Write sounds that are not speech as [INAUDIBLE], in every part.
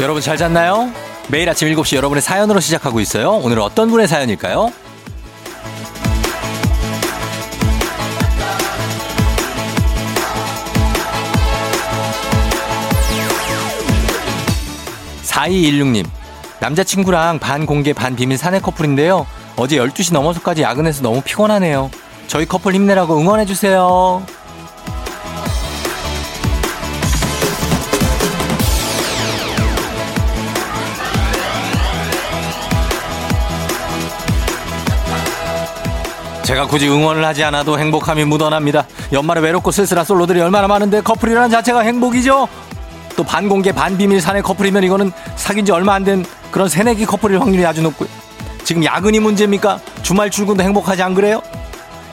여러분 잘 잤나요? 매일 아침 7시 여러분의 사연으로 시작하고 있어요. 오늘은 어떤 분의 사연일까요? 4216님. 남자친구랑 반 공개 반 비밀 사내 커플인데요. 어제 12시 넘어서까지 야근해서 너무 피곤하네요. 저희 커플 힘내라고 응원해주세요. 제가 굳이 응원을 하지 않아도 행복함이 묻어납니다. 연말에 외롭고 쓸쓸한 솔로들이 얼마나 많은데 커플이라는 자체가 행복이죠? 또 반공개 반비밀 사내 커플이면 이거는 사귄 지 얼마 안 된 그런 새내기 커플일 확률이 아주 높고요. 지금 야근이 문제입니까? 주말 출근도 행복하지 안 그래요?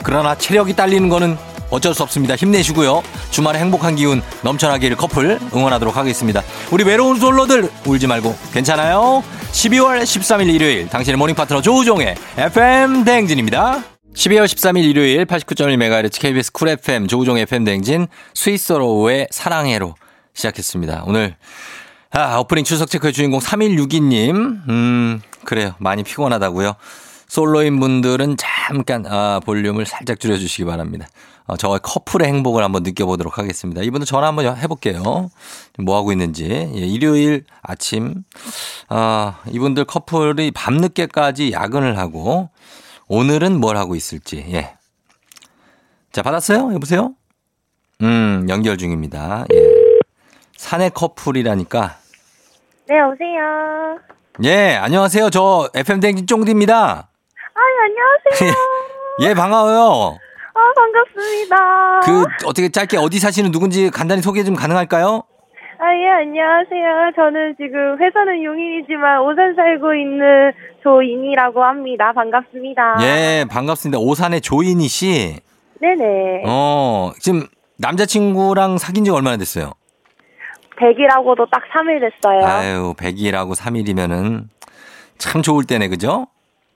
그러나 체력이 딸리는 거는 어쩔 수 없습니다. 힘내시고요. 주말에 행복한 기운 넘쳐나길 커플 응원하도록 하겠습니다. 우리 외로운 솔로들 울지 말고 괜찮아요. 12월 13일 일요일 당신의 모닝 파트너 조우종의 FM 대행진입니다. 12월 13일 일요일 89.1MHz KBS 쿨 FM 조우종 FM 대행진 스위스로우의 사랑해로 시작했습니다. 오늘 아, 오프닝 출석 체크의 주인공 3162님. 음, 그래요. 많이 피곤하다고요. 솔로인 분들은 잠깐 아, 볼륨을 살짝 줄여주시기 바랍니다. 어, 저와 커플의 행복을 한번 느껴보도록 하겠습니다. 이분들 전화 한번 해볼게요. 뭐 하고 있는지. 예, 일요일 아침 아, 이분들 커플이 밤늦게까지 야근을 하고 오늘은 뭘 하고 있을지. 예. 자, 받았어요? 여보세요? 음, 연결 중입니다. 예. 사내 커플이라니까. 네, 오세요. 아, 예, 안녕하세요. 저 FM 댕진 쫑디입니다. [LAUGHS] 안녕하세요. 예, 반가워요. 아, 반갑습니다. 그 어떻게 짧게 어디 사시는 누군지 간단히 소개 좀 가능할까요? 아, 예, 안녕하세요. 저는 지금 회사는 용인이지만 오산 살고 있는 조인이라고 합니다. 반갑습니다. 예, 반갑습니다. 오산의 조인희 씨. 네네. 어, 지금 남자친구랑 사귄 지 얼마나 됐어요? 100이라고도 딱 3일 됐어요. 아유, 예. 100일하고 3일이면은 참 좋을 때네, 그죠?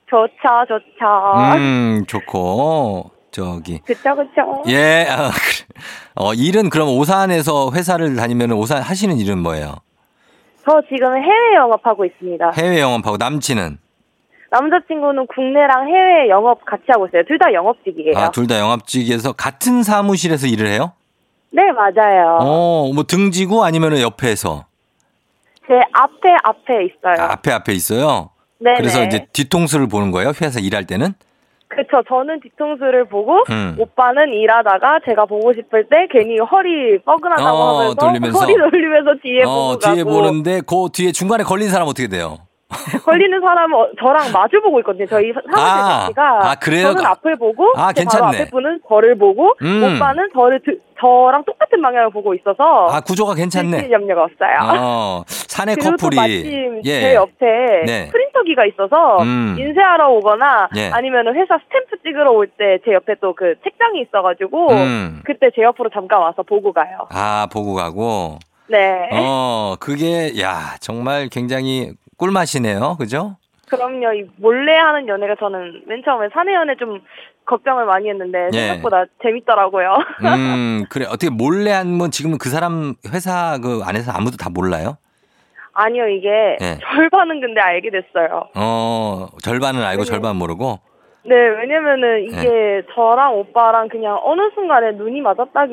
좋죠, 좋죠. 음, 좋고. 저기 그쵸, 그쵸. 예. 아, 그래. 어, 일은 그럼 오산에서 회사를 다니면 오산 하시는 일은 뭐예요? 저 지금 해외 영업하고 있습니다. 해외 영업하고 남친은 남자친구는 국내랑 해외 영업 같이 하고 있어요. 둘 다 영업직이에요. 아, 둘 다 영업직에서 같은 사무실에서 일을 해요? 네, 맞아요. 어, 뭐 등지고 아니면은 옆에서 제 앞에, 앞에 있어요. 아, 앞에 앞에 있어요. 네. 네네. 그래서 이제 뒤통수를 보는 거예요. 회사 일할 때는. 그쵸. 저는 뒤통수를 보고, 음. 오빠는 일하다가 제가 보고 싶을 때 괜히 허리 뻐근하다고 어, 하면서 돌리면서. 허리 돌리면서 뒤에 어, 보고 뒤에 가고 보는데 그 뒤에 중간에 걸린 사람 어떻게 돼요? 걸리는 사람은 어- 저랑 마주 보고 있거든요. 저희 아, 사무실 자체가 아, 그래요? 저는 앞을 보고 아, 제 괜찮네. 바로 앞에 분은 저를 보고 음. 오빠는 저를 드- 저랑 똑같은 방향을 보고 있어서 아, 구조가 괜찮네. 질질 염려가 왔어요. 어, 사내 그리고 또 커플이 예. 마침 제 옆에 네. 프린터기가 있어서 음. 인쇄하러 오거나 예. 아니면 회사 스탬프 찍으러 올 때 제 옆에 또 그 책장이 있어가지고 음. 그때 제 옆으로 잠깐 와서 보고 가요. 아, 보고 가고. 네. 어, 그게 야, 정말 굉장히 꿀맛이네요. 그죠? 그럼요. 이 몰래 하는 연애가 저는 맨 처음에 사내 연애 좀 걱정을 많이 했는데 예. 생각보다 재밌더라고요. [LAUGHS] 음, 그래. 어떻게 몰래 한건 지금은 그 사람 회사 그 안에서 아무도 다 몰라요? 아니요, 이게 예. 절반은 근데 알게 됐어요. 어, 절반은 알고 네. 절반 모르고. 네, 왜냐면은 이게 예. 저랑 오빠랑 그냥 어느 순간에 눈이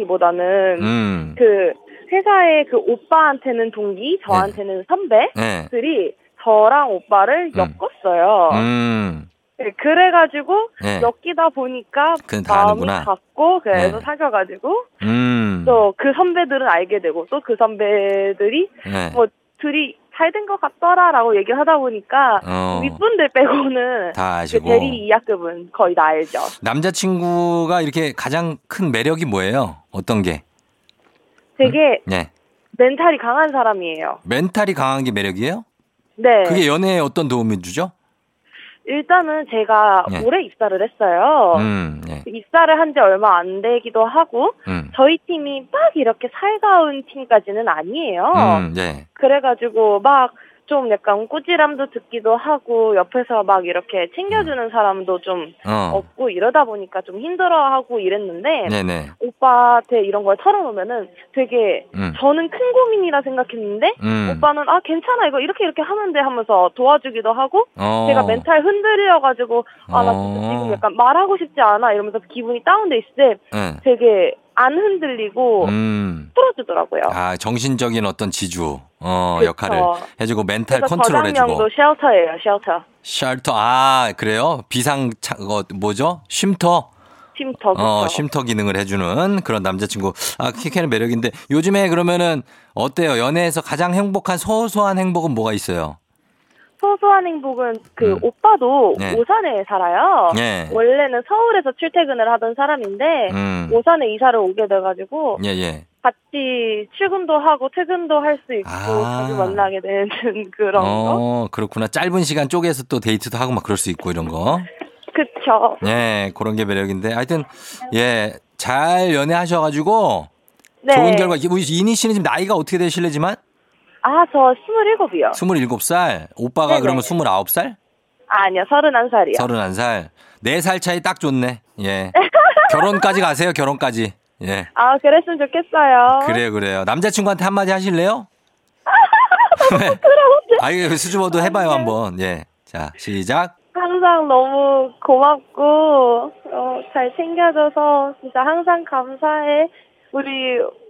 맞았다기보다는 음. 그 회사의 그 오빠한테는 동기, 저한테는 선배들이 예. 저랑 오빠를 음. 엮었어요. 음. 네, 그래가지고 예. 엮이다 보니까 그건 다 마음이 아는구나. 갔고 그래서 네. 사귀어가지고 음. 또 그 선배들은 알게 되고 또 그 선배들이 예. 뭐 둘이 잘 된 것 같더라라고 얘기하다 보니까 어. 윗분들 빼고는 다 그 아시고. 대리 이하급은 거의 다 알죠. 남자친구가 이렇게 가장 큰 매력이 뭐예요? 어떤 게? 되게 예. 멘탈이 강한 사람이에요. 멘탈이 강한 게 매력이에요? 네. 그게 연애에 어떤 도움을 주죠? 일단은 제가 예. 올해 입사를 했어요. 음. 예. 입사를 한 지 얼마 안 되기도 하고 음. 저희 팀이 막 이렇게 살가운 팀까지는 아니에요. 음. 예. 그래가지고 막 좀 약간 꾸지람도 듣기도 하고 옆에서 막 이렇게 챙겨주는 사람도 좀 음. 어. 없고 이러다 보니까 좀 힘들어하고 이랬는데 네네. 오빠한테 이런 걸 털어놓으면은 되게 음. 저는 큰 고민이라 생각했는데 음. 오빠는 아 괜찮아 이거 이렇게 이렇게 하면 돼 하면서 도와주기도 하고 어. 제가 멘탈 흔들려가지고 아 나 진짜 지금 약간 말하고 싶지 않아 이러면서 기분이 다운돼 있을 때 예. 되게 안 흔들리고 음. 풀어주더라고요. 아, 정신적인 어떤 지주, 어, 그쵸. 역할을 해주고 멘탈 그래서 컨트롤 해주고. 저장명도 쉘터예요, 쉘터. 쉘터, 아, 그래요? 비상, 차, 어, 뭐죠? 쉼터? 쉼터. 그쵸? 어, 쉼터 기능을 해주는 그런 남자친구. 아, 키케는 매력인데. 요즘에 그러면은 어때요? 연애에서 가장 행복한 소소한 행복은 뭐가 있어요? 소소한 행복은 그 음. 오빠도 네. 오산에 살아요. 예. 원래는 서울에서 출퇴근을 하던 사람인데 음. 오산에 이사를 오게 돼가지고 예, 예. 같이 출근도 하고 퇴근도 할 수 있고 아. 자주 만나게 되는 [LAUGHS] 그런 거. 어, 그렇구나. 짧은 시간 쪼개서 또 데이트도 하고 막 그럴 수 있고 이런 거. 그쵸. 예, 그런 게 매력인데. 하여튼, 예, 잘 연애하셔가지고 네. 좋은 결과. 우리 이니 씨는 지금 나이가 어떻게 되실래지만? 아, 저 27이요. 27살. 오빠가 네네. 그러면 29살? 아, 아니요, 31살이요. 31살. 4살 차이 딱 좋네. 예. 결혼까지 가세요, 결혼까지. 예. 아, 그랬으면 좋겠어요. 그래요, 그래요. 남자친구한테 한마디 하실래요? 아유, 수줍어도 해봐요, 한번. 예. 자, 시작. 항상 너무 고맙고 어, 잘 챙겨줘서 진짜 항상 감사해. 우리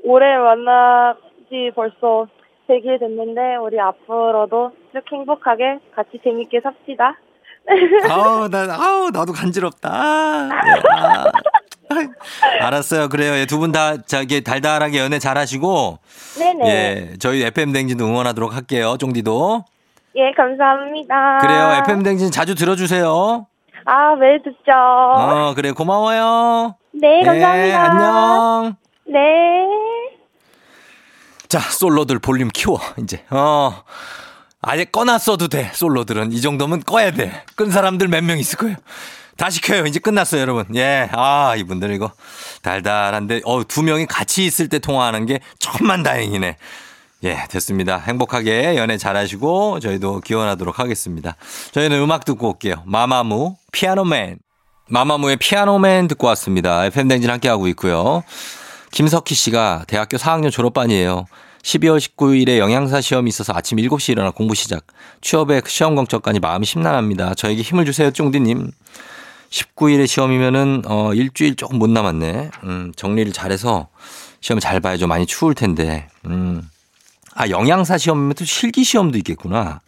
올해 만나지 벌써 100일 됐는데 우리 앞으로도 이렇게 행복하게 같이 재밌게 삽시다. 아우, 나, 아우, 나도 간지럽다. 아, 예. 아. 알았어요. 그래요. 예, 두 분 다 자기 달달하게 연애 잘하시고 네네. 예, 예, 저희 FM 댕진도 응원하도록 할게요. 쫑디도. 예, 감사합니다. 그래요. FM 댕진 자주 들어주세요. 아, 매일 듣죠. 어, 그래. 고마워요. 네, 감사합니다. 예, 안녕. 네. 자, 솔로들 볼륨 키워. 이제. 어. 아예 꺼놨어도 돼. 솔로들은 이 정도면 꺼야 돼. 끈 사람들 몇 명 있을 거예요. 다시 켜요. 이제 끝났어요, 여러분. 예. 아, 이분들 이거 달달한데 어, 두 명이 같이 있을 때 통화하는 게 천만 다행이네. 예, 됐습니다. 행복하게 연애 잘하시고 저희도 기원하도록 하겠습니다. 저희는 음악 듣고 올게요. 마마무 피아노맨. 마마무의 피아노맨 듣고 왔습니다. FM 댕진 함께하고 있고요. 김석희 씨가 대학교 4학년 졸업반이에요. 12월 19일에 영양사 시험이 있어서 아침 7시 일어나 공부 시작. 취업에 시험 걱정까지 마음이 심란합니다. 저에게 힘을 주세요, 쫑디님. 19일에 시험이면은 어 일주일 조금 못 남았네. 음, 정리를 잘해서 시험 잘 봐야죠. 많이 추울 텐데. 음. 아, 영양사 시험이면 또 실기 시험도 있겠구나.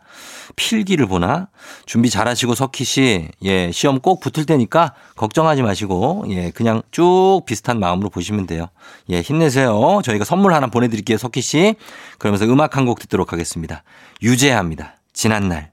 필기를 보나? 준비 잘하시고 석희 씨, 예, 시험 꼭 붙을 테니까 걱정하지 마시고, 예, 그냥 쭉 비슷한 마음으로 보시면 돼요. 예, 힘내세요. 저희가 선물 하나 보내드릴게요, 석희 씨. 그러면서 음악 한 곡 듣도록 하겠습니다. 유재합니다. 지난 날.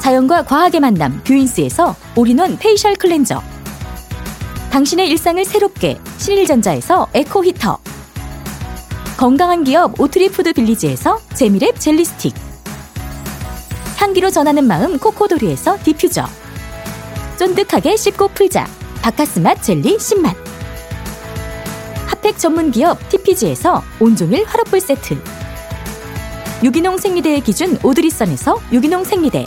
자연과 과학의 만남 뷰인스에서 올인원 페이셜 클렌저 당신의 일상을 새롭게 신일전자에서 에코 히터 건강한 기업 오트리푸드 빌리지에서 재미랩 젤리 스틱 향기로 전하는 마음 코코도리에서 디퓨저 쫀득하게 씹고 풀자 바카스맛 젤리 10만 핫팩 전문 기업 TPG에서 온종일 화롯불 세트 유기농 생리대의 기준 오드리선에서 유기농 생리대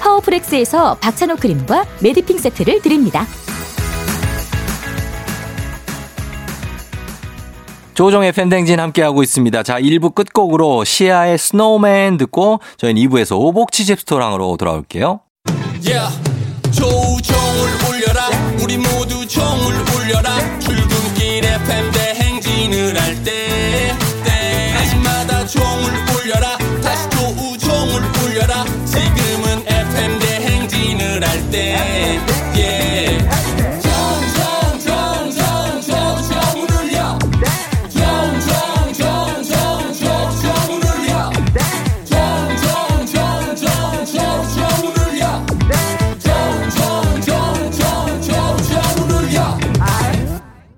파워프렉스에서 박찬호 크림과 메디핑 세트를 드립니다. 조종의 팬댕진 함께하고 있습니다. 자, 1부 끝곡으로 시아의 스노우맨 듣고 저희는 2부에서 오복치집 스토랑으로 돌아올게요. Yeah. 조종을 울려라 우리 모두 종을 울려라 출근길 FM 대행진을 할때 아침마다 종을 울려라 다시 또 우종을 울려라 지금은 FM 대행진을 할때 yeah. 종종종종종종 울려 종종종종종종종 울려 종종종종종종 울려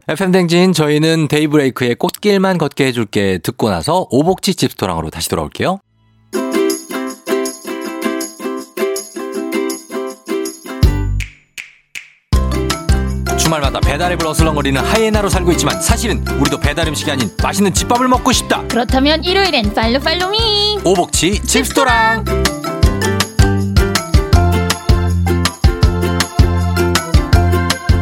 FM댕진 저희는 데이브레이크의 꽃길만 걷게 해줄게 듣고 나서 오복치집 스토랑으로 다시 돌아올게요. 주말마다 배달앱을 어슬렁거리는 하이에나로 살고 있지만 사실은 우리도 배달 음식이 아닌 맛있는 집밥을 먹고 싶다. 그렇다면 일요일엔 팔로 팔로미 오복치 집스토랑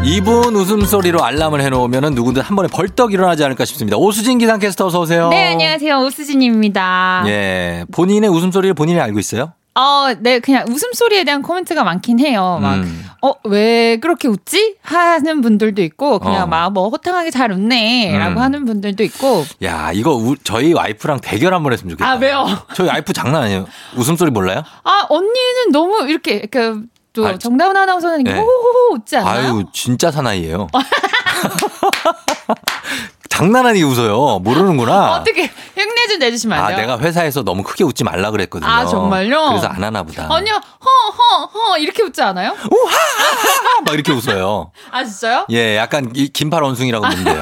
이분 웃음소리로 알람을 해놓으면 누구든 한 번에 벌떡 일어나지 않을까 싶습니다. 오수진 기상캐스터 어서 오세요. 네 안녕하세요 오수진입니다 예, 본인의 웃음소리를 본인이 알고 있어요? 어, 네 그냥 웃음소리에 대한 코멘트가 많긴 해요 음. 막 어 왜 그렇게 웃지 하는 분들도 있고 그냥 어. 막 뭐 호탕하게 잘 음. 웃네라고 하는 분들도 있고 야, 이거 우- 저희 와이프랑 대결 한 번 했으면 좋겠다. 아 왜요 저희 와이프 장난 아니에요. 웃음소리 몰라요? 아 언니는 너무 이렇게 그또 아, 정다운 아나운서는 이렇게 네. 호호호 웃지 않나요? 아유, 진짜 사나이예요. [LAUGHS] [LAUGHS] 장난 아니게 웃어요. 모르는구나. 어떻게 흉내 좀 내주시면 안 아, 돼요? 내가 회사에서 너무 크게 웃지 말라 그랬거든요. 아, 정말요? 그래서 안 하나 보다. 아니요 허허허 이렇게 웃지 않아요? 아, 막 이렇게 웃어요. 아 진짜요? 예, 약간 이- 긴팔 원숭이라고 보면 돼요.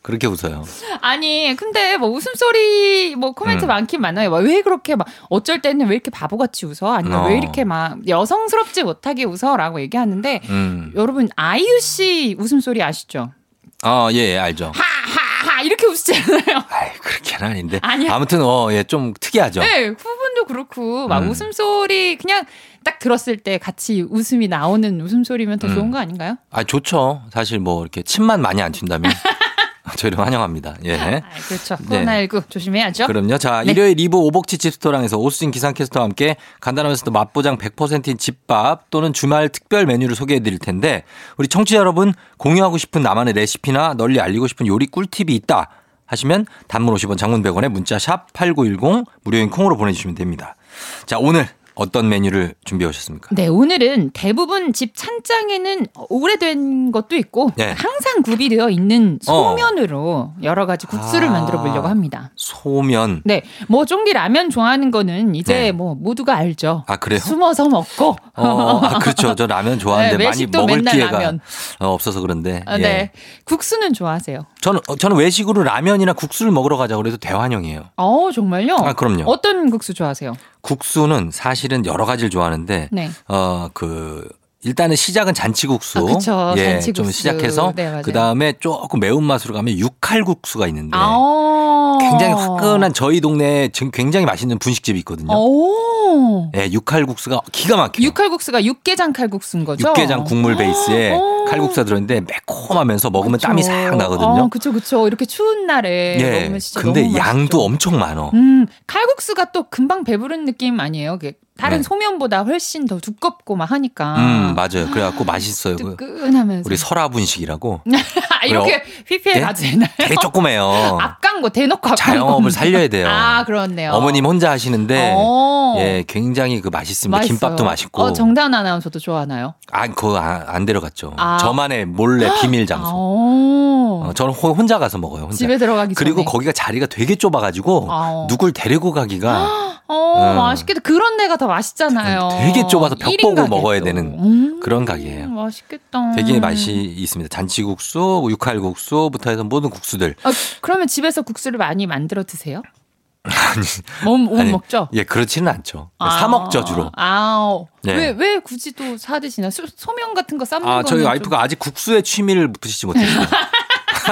그렇게 웃어요. 아니 근데 뭐 웃음소리 뭐 코멘트 음. 많긴 많아요. 막왜 그렇게 막 어쩔 때는 왜 이렇게 바보같이 웃어? 아니면 어. 왜 이렇게 막 여성스럽지 못하게 웃어라고 얘기하는데 음. 여러분 아이유 씨 웃음소리 아시죠? 아, 예, 예, 알죠. 하하하 이렇게 웃잖아요. 아이, 그렇게는 아닌데. 아니야. 아무튼 어, 예, 좀 특이하죠. 네, 부분도 그렇고 막 음. 웃음소리 그냥 딱 들었을 때 같이 웃음이 나오는 웃음소리면 더 음. 좋은 거 아닌가요? 아, 좋죠. 사실 뭐 이렇게 침만 많이 안 [LAUGHS] 튄다면 저희를 환영합니다. 예. 아, 그렇죠. 네. 그렇죠. 코로나19 조심해야죠. 그럼요. 자, 네. 일요일 2부 오복치 집스토랑에서 오수진 기상캐스터와 함께 간단하면서도 맛보장 100%인 집밥 또는 주말 특별 메뉴를 소개해 드릴 텐데 우리 청취자 여러분 공유하고 싶은 나만의 레시피나 널리 알리고 싶은 요리 꿀팁이 있다 하시면 단문 50원 장문 100원에 문자 샵 8910 무료인 콩으로 보내주시면 됩니다. 자, 오늘 어떤 메뉴를 준비해 오셨습니까? 네, 오늘은 대부분 집 찬장에는 오래된 것도 있고 네. 항상 구비되어 있는 소면으로 여러 가지 국수를 아. 만들어 보려고 합니다. [LAUGHS] 소면. 네, 뭐 쫑디 라면 좋아하는 거는 이제 네. 뭐 모두가 알죠. 아, 그래요? 숨어서 먹고. 어, 아, 그렇죠. 저 라면 좋아하는데 네, 많이 외식도 먹을 맨날 기회가 라면. 어, 없어서 그런데. 아, 예. 네, 국수는 좋아하세요. 저는 어, 저는 외식으로 라면이나 국수를 먹으러 가자고 그래서 대환영이에요. 어, 정말요? 아, 그럼요. 어떤 국수 좋아하세요? 국수는 사실은 여러 가지를 좋아하는데 네. 어 그 일단은 시작은 잔치국수. 아, 그쵸. 예, 잔치국수. 좀 시작해서 네, 맞아요. 그다음에 조금 매운맛으로 가면 육칼국수가 있는데 아, 굉장히 화끈한 저희 동네에 지금 굉장히 맛있는 분식집이 있거든요. 오. 예, 육칼국수가 기가 막혀요. 어. 육칼국수가 육개장 칼국수인 거죠? 육개장 국물 베이스에 어. 칼국수가 들어있는데 매콤하면서 먹으면 그쵸. 땀이 싹 나거든요. 예. 아, 그쵸, 그쵸. 이렇게 추운 날에 먹으면 진짜 근데 너무 맛있죠. 양도 엄청 많어. 음, 칼국수가 또 금방 배부른 느낌 아니에요? 이게 다른 네. 소면보다 훨씬 더 두껍고 막 하니까 음, 맞아요. 그래갖고 맛있어요. 그 뜨끈하면서 우리 설화분식이라고 [LAUGHS] 이렇게 PPL 예? 가도 되나요? 되게 조그매요. 앞광고 대놓고 앞광고 어. 자영업을 살려야 돼요. 아 그렇네요. 어머님 혼자 하시는데 어. 예, 굉장히 그 맛있습니다. 맛있어요. 김밥도 맛있고. 어, 정다은 아나운서도 좋아하나요? 아, 그거 안, 안 데려갔죠. 아. 저만의 [GASPS] 몰래 비밀 장소. 어. 아, 어, 저는 호- 혼자 가서 먹어요. 혼자. 아, 집에 들어가기 그리고 전에. 거기가 자리가 되게 좁아가지고 아. 누굴 데리고 [GASPS] 가기가 어, 음. 맛있겠다. 그런 데가 더 맛있잖아요. 되게 좁아서 벽 어. 일인 보고 먹어야 가게죠. 되는 음, 그런 가게예요. 맛있겠다. 되게 맛이 있습니다. 잔치국수, 육칼국수부터 해서 모든 국수들. 아, 그러면 집에서 국수를 많이 만들어 [LAUGHS] 드세요? 몸, 몸 아니, 먹죠? 예, 그렇지는 않죠. 아. 사 먹죠 주로. 아, 예. 왜, 왜 굳이 또 사드시나? 소, 소면 같은 거 삶는 아, 거는 저희 좀- 와이프가 아직 국수에 취미를 붙이지 [LAUGHS] 못했어요.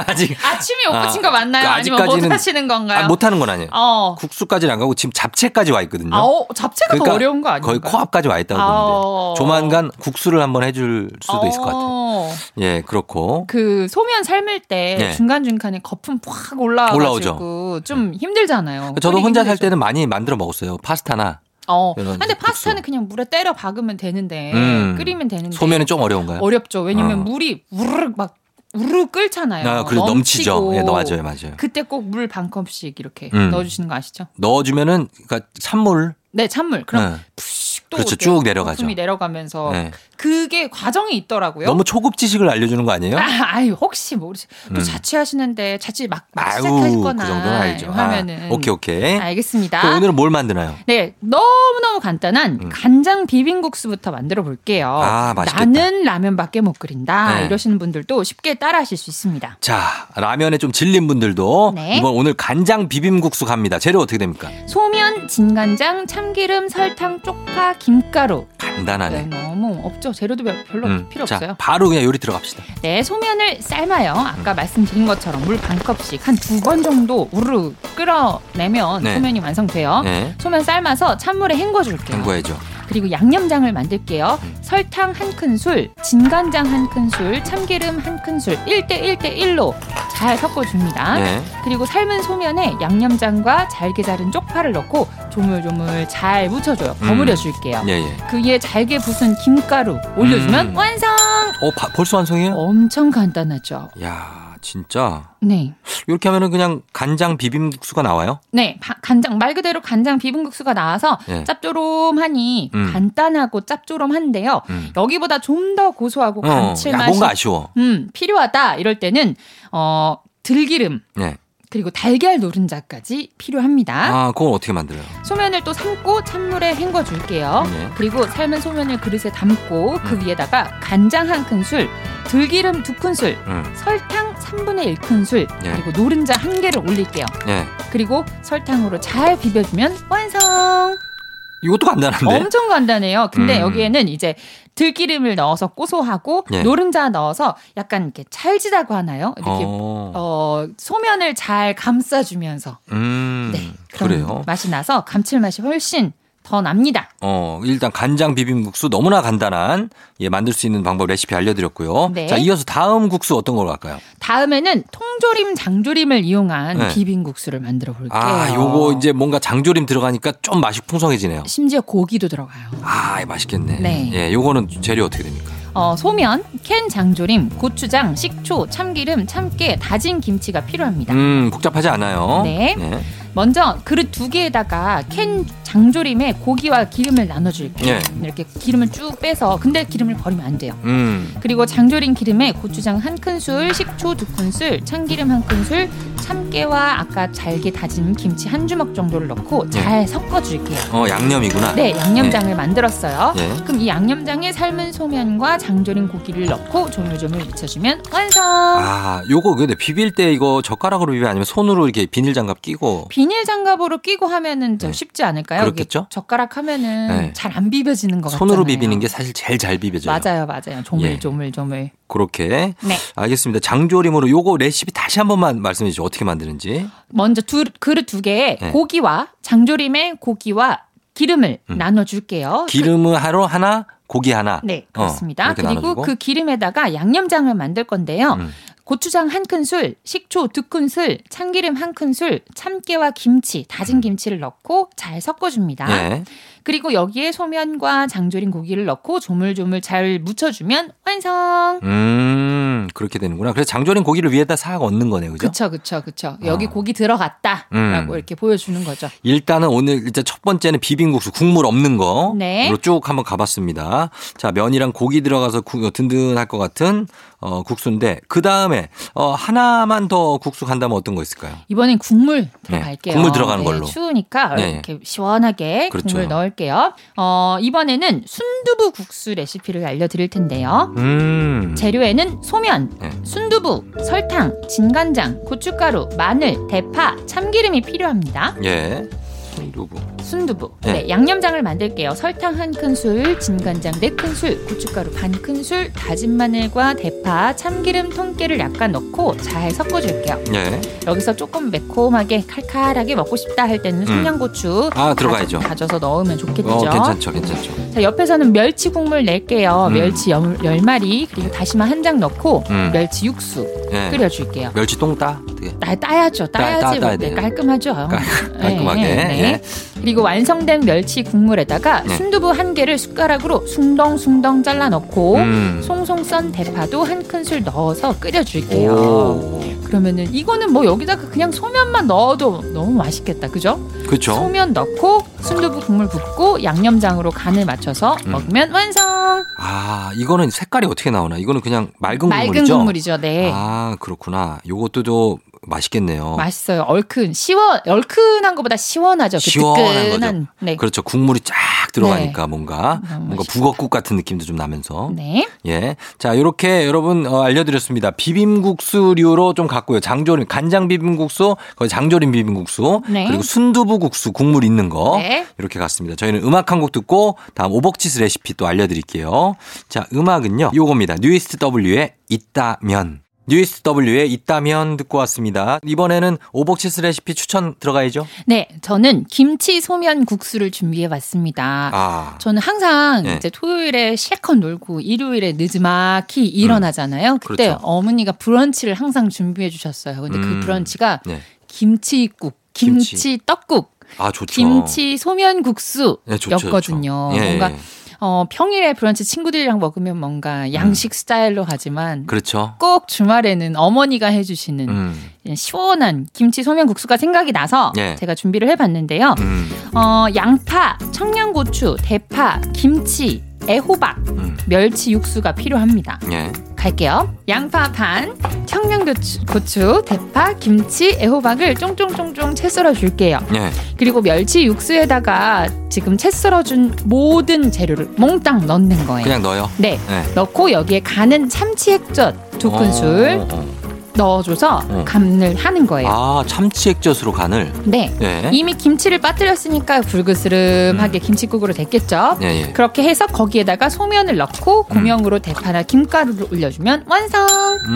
아직 아침에 못 아, 붙인 거 맞나요? 그 아니면 못 아직까지는- 하시는 건가요? 아, 못하는 건 아니에요. 어. 국수까지는 안 가고 지금 잡채까지 와 있거든요. 그러니까 아, 어, 잡채가 더 어려운 거 아니에요? 거의 코앞까지 와 있다고 보는데 아. 어. 조만간 국수를 한번 해줄 수도 있을 것 같아요. 예, 그렇고 그 소면 삶을 때 네. 중간중간에 거품 확 올라와가지고 올라오죠. 좀 힘들잖아요. 저도 끓이기 혼자 살 힘들죠. 때는 많이 만들어 먹었어요. 파스타나 어. 이런 근데 국수. 파스타는 그냥 물에 때려 박으면 되는데 음. 끓이면 되는데 소면이 좀 어려운가요? 어렵죠. 왜냐면 어. 물이 우르륵 막 우르륵 끓잖아요. 아, 그리고 넘치죠. 예, 맞아요, 맞아요. 그때 꼭 물 반 컵씩 이렇게 음. 넣어주시는 거 아시죠? 넣어주면은 그러니까 찬물 네, 찬물. 그럼 네. 푹 또. 그렇죠, 이렇게 쭉 내려가죠. 거품이 내려가면서 네. 그게 과정이 있더라고요. [LAUGHS] 너무 초급 지식을 알려주는 거 아니에요? 아, 아유 혹시 모르시 또 음. 자취하시는데 자취 막, 막 아유, 시작하거나 그 정도는 알죠. 아, 하면은 오케이, 오케이. 알겠습니다. 그럼 오늘은 뭘 만드나요? 네, 너무너무 간단한 음. 간장 비빔국수부터 만들어 볼게요. 아, 맛있겠다. 나는 라면밖에 못 끓인다. 네. 이러시는 분들도 쉽게 따라 하실 수 있습니다. 자, 라면에 좀 질린 분들도 네. 이번 오늘 간장 비빔국수 갑니다. 재료 어떻게 됩니까? 소면, 진간장, 참기름, 설탕, 쪽파, 김가루. 아, 간단하네. 네, 너무 없죠. 재료도 별- 별로 음, 필요 자, 없어요. 바로 그냥 요리 들어갑시다. 네, 소면을 삶아요. 아까 음. 말씀드린 것처럼 물 반 컵씩 한 두 번 정도 우르 끓어내면 네. 소면이 완성돼요. 네. 소면 삶아서 찬물에 헹궈줄게요. 헹궈야죠. 그리고 양념장을 만들게요. 음. 설탕 한 큰술, 진간장 한 큰술, 참기름 한 큰술, 1대1대1로 잘 섞어줍니다. 네. 그리고 삶은 소면에 양념장과 잘게 자른 쪽파를 넣고 조물조물 잘 묻혀줘요. 음. 버무려줄게요. 예, 예. 그 위에 잘게 부순 김가루 올려주면 음. 완성! 어, 바- 벌써 완성이에요? 엄청 간단하죠. 야, 진짜. 네. 이렇게 하면은 그냥 간장 비빔국수가 나와요? 네, 바- 간장 말 그대로 간장 비빔국수가 나와서 네. 짭조름하니 음. 간단하고 짭조름한데요. 음. 여기보다 좀 더 고소하고 어, 야, 감칠맛이 뭔가 아쉬워. 음, 필요하다 이럴 때는 어, 들기름 네. 그리고 달걀 노른자까지 필요합니다. 아, 그건 어떻게 만들어요? 소면을 또 삶고 찬물에 헹궈 줄게요. 네. 음. 그리고 삶은 소면을 그릇에 담고 그 위에다가 간장 한 큰술, 들기름 두 큰술, 음. 설탕 3분의 1큰술, 네. 그리고 노른자 한 개를 올릴게요. 예. 그리고 설탕으로 잘 비벼주면 완성! 이것도 간단한데. 엄청 간단해요. 근데 네. 음. 여기에는 이제 들기름을 넣어서 고소하고 예. 노른자 넣어서 약간 이렇게 찰지다고 하나요? 이렇게 어. 어, 소면을 잘 감싸주면서 음. 네 그런 그래요. 맛이 나서 감칠맛이 훨씬 더 납니다. 어, 일단 간장 비빔국수 너무나 간단한 예, 만들 수 있는 방법 레시피 알려드렸고요. 네. 자, 이어서 다음 국수 어떤 걸로 갈까요? 다음에는 통조림, 장조림을 이용한 네. 비빔국수를 만들어 볼게요. 아, 요거 이제 뭔가 장조림 들어가니까 좀 맛이 풍성해지네요. 심지어 고기도 들어가요. 아, 맛있겠네. 네. 예, 요거는 재료 어떻게 됩니까? 어, 소면, 캔 장조림, 고추장, 식초, 참기름, 참깨, 다진 김치가 필요합니다. 음, 복잡하지 않아요. 예. 네. 먼저 그릇 두 개에다가 캔 장조림에 고기와 기름을 나눠줄게요. 예. 이렇게 기름을 쭉 빼서 근데 기름을 버리면 안 돼요. 음, 그리고 장조림 기름에 고추장 한 큰술, 식초 두 큰술, 참기름 한 큰술, 참깨와 아까 잘게 다진 김치 한 주먹 정도를 네. 넣고 잘 섞어줄게요. 어, 양념이구나. 네, 양념장을 만들었어요. 예. 그럼 이 양념장에 삶은 소면과 장조림 고기를 넣고 조물조물 미쳐주면 완성. 아, 요거 근데 비빌 때 이거 젓가락으로 비벼 아니면 손으로 이렇게 비닐 장갑 끼고 비닐 장갑으로 끼고 하면은 좀 네. 쉽지 않을까요? 그렇겠죠? 이게 젓가락 하면은 네. 잘 안 비벼지는 것 같아요. 손으로 비비는 게 사실 제일 잘 비벼져요. 맞아요, 맞아요. 예. 조물조물조물. 그렇게 네. 알겠습니다. 장조림으로 요거 레시피 다시 한 번만 말씀해 주세요. 어떻게 만드는지. 먼저 두, 그릇 두 개에 네. 고기와 장조림에 고기와 기름을 음. 나눠줄게요. 기름을 하루 하나, 고기 하나. 그- 네 어, 그렇습니다. 이렇게 그리고 나눠주고. 그 기름에다가 양념장을 만들 건데요. 음. 고추장 한 큰술, 식초 두 큰술, 참기름 한 큰술, 참깨와 김치, 음. 다진 김치를 넣고 잘 섞어줍니다. 예. 그리고 여기에 소면과 장조림 고기를 넣고 조물조물 잘 묻혀주면 완성. 음, 그렇게 되는구나. 그래서 장조림 고기를 위에다 싹 얹는 거네요. 그죠? 어. 그쵸 그쵸 그쵸. 여기 고기 들어갔다라고 음. 이렇게 보여주는 거죠. 일단은 오늘 일단 첫 번째는 비빔국수 국물 없는 거로 네. 쭉 한번 가봤습니다. 자 면이랑 고기 들어가서 구- 든든할 것 같은 어, 국수인데 그 다음에 어, 하나만 더 국수 간다면 어떤 거 있을까요? 이번엔 국물 네, 들어갈게요. 국물 들어가는 걸로. 추우니까 네. 이렇게 시원하게 그렇죠. 국물 넣을게요. 어, 이번에는 순두부 국수 레시피를 알려드릴 텐데요. 음, 재료에는 소면, 네. 순두부, 설탕, 진간장, 고춧가루, 마늘, 대파, 참기름이 필요합니다. 예, 순두부. 순두부. 네. 네. 양념장을 만들게요. 설탕 한 큰술, 진간장 네 큰술, 고춧가루 반 큰술, 다진 마늘과 대파, 참기름 통깨를 약간 넣고 잘 섞어줄게요. 예, 여기서 조금 매콤하게 칼칼하게 먹고 싶다 할 때는 청양고추 음. 아, 들어가야죠. 다져, 서 넣으면 좋겠죠. 어, 괜찮죠, 괜찮죠. 자 옆에서는 멸치 국물 낼게요. 음. 멸치 열, 열 마리 그리고 다시마 한 장 넣고 음. 멸치 육수 예. 끓여줄게요. 멸치 똥따 어떻게? 따, 따야죠. 따- 따- 따야지 따야 네, 돼요. 깔끔하죠. 네, 깔끔하게, 예. 그리고 완성된 멸치 국물에다가 네. 순두부 한 개를 숟가락으로 숭덩숭덩 잘라 넣고 음. 송송 썬 대파도 한 큰술 넣어서 끓여줄게요. 오, 그러면은 이거는 뭐 여기다가 그냥 소면만 넣어도 너무 맛있겠다. 그죠? 그렇죠. 소면 넣고 순두부 국물 붓고 양념장으로 간을 맞춰서 음. 먹으면 완성. 아, 이거는 색깔이 어떻게 나오나? 이거는 그냥 맑은 맑은 국물이죠. 국물이죠. 네. 아, 그렇구나. 요것도 좀 맛있겠네요. 맛있어요. 얼큰, 시원, 얼큰한 것보다 시원하죠. 그 시원한 뜨끈한. 네. 그렇죠. 국물이 쫙 들어가니까 뭔가 너무 뭔가 맛있다. 북엇국 같은 느낌도 좀 나면서 네. 예. 자, 요렇게 여러분 어, 알려드렸습니다. 비빔국수류로 좀 갔고요. 장조림, 간장 비빔국수, 거기 장조림 비빔국수, 네. 그리고 순두부국수 국물 있는 거 네. 이렇게 갔습니다. 저희는 음악 한 곡 듣고 다음 오복치스 레시피 또 알려드릴게요. 자, 음악은요. 요겁니다. 뉴이스트 W의 있다면. 뉴이스트 W의 있다면 듣고 왔습니다. 이번에는 오복치스 레시피 추천 들어가야죠. 네. 저는 김치 소면 국수를 준비해 봤습니다. 아, 저는 항상 네. 이제 토요일에 실컷 놀고 일요일에 늦지막히 일어나잖아요. 그때 그렇죠. 어머니가 브런치를 항상 준비해 주셨어요. 근데 음. 그 브런치가 네. 김치국, 김치. 김치 떡국, 아 좋죠. 김치 소면 예, 좋죠, 좋죠. 국수였거든요. 예, 뭔가 예. 어, 평일에 브런치 친구들이랑 먹으면 뭔가 양식 스타일로 하지만 음. 그렇죠. 꼭 주말에는 어머니가 해주시는 음, 시원한 김치 소면 국수가 생각이 나서 예. 제가 준비를 해봤는데요. 음, 어, 양파, 청양고추, 대파, 김치, 애호박, 음. 멸치 육수가 필요합니다. 예. 갈게요. 양파 반, 청양고추, 고추, 대파, 김치, 애호박을 쫑쫑쫑쫑 채 썰어 줄게요. 예. 그리고 멸치 육수에다가 지금 채 썰어준 모든 재료를 몽땅 넣는 거예요. 그냥 넣어요. 네. 예. 넣고 여기에 간은 참치 액젓 두 큰술 어, 어, 넣어줘서 어. 간을 하는 어. 거예요. 아 참치 액젓으로 간을. 네. 예. 이미 김치를 빠뜨렸으니까 음. 불그스름하게 김치국으로 됐겠죠. 예, 예. 그렇게 해서 거기에다가 소면을 넣고 고명으로 대파나 김가루를 올려주면 완성.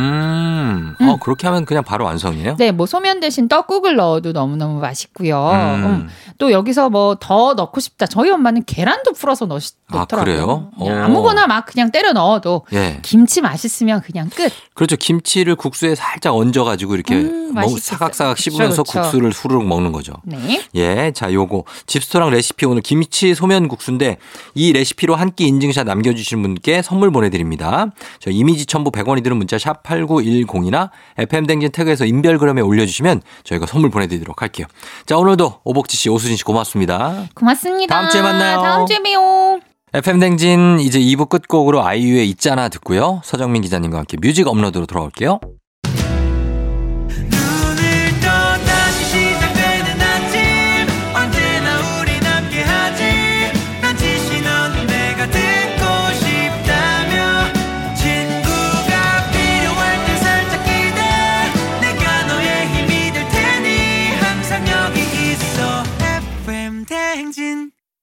음. 어 음. 그렇게 하면 그냥 바로 완성이에요. 네, 뭐 소면 대신 떡국을 넣어도 너무너무 맛있고요. 음. 음. 또 여기서 뭐 더 넣고 싶다. 저희 엄마는 계란도 풀어서 넣, 아, 넣더라고요. 그래요? 그냥 오. 아무거나 막 그냥 때려 넣어도 예. 김치 맛있으면 그냥 끝. 그렇죠. 김치를 국수에 살짝 얹어가지고 이렇게 음, 먹- 맛있겠어요. 사각사각 그쵸, 씹으면서 그쵸. 국수를 후루룩 먹는 거죠. 네. 예, 자, 요거. 집스토랑 레시피 오늘 김치 소면 국수인데 이 레시피로 한 끼 인증샷 남겨주신 분께 선물 보내드립니다. 저 이미지 첨부 100원이 드는 문자 샵 8910이나 FM댕진 태그에서 인별그램에 올려주시면 저희가 선물 보내드리도록 할게요. 자, 오늘도 오복지 씨, 오수진 씨 고맙습니다. 고맙습니다. 다음 주에 만나요. 다음 주에 봬요. FM댕진 이제 2부 끝곡으로 아이유의 있잖아 듣고요. 서정민 기자님과 함께 뮤직 업로드로 돌아올게요. 오늘 또 다시 시작되는 아침 언제나 우린 함께하지 난 지시 넌 내가 듣고 싶다며 친구가 필요할 때 살짝 기대 내가 너의 힘이 될 테니 항상 여기 있어 FM 대행진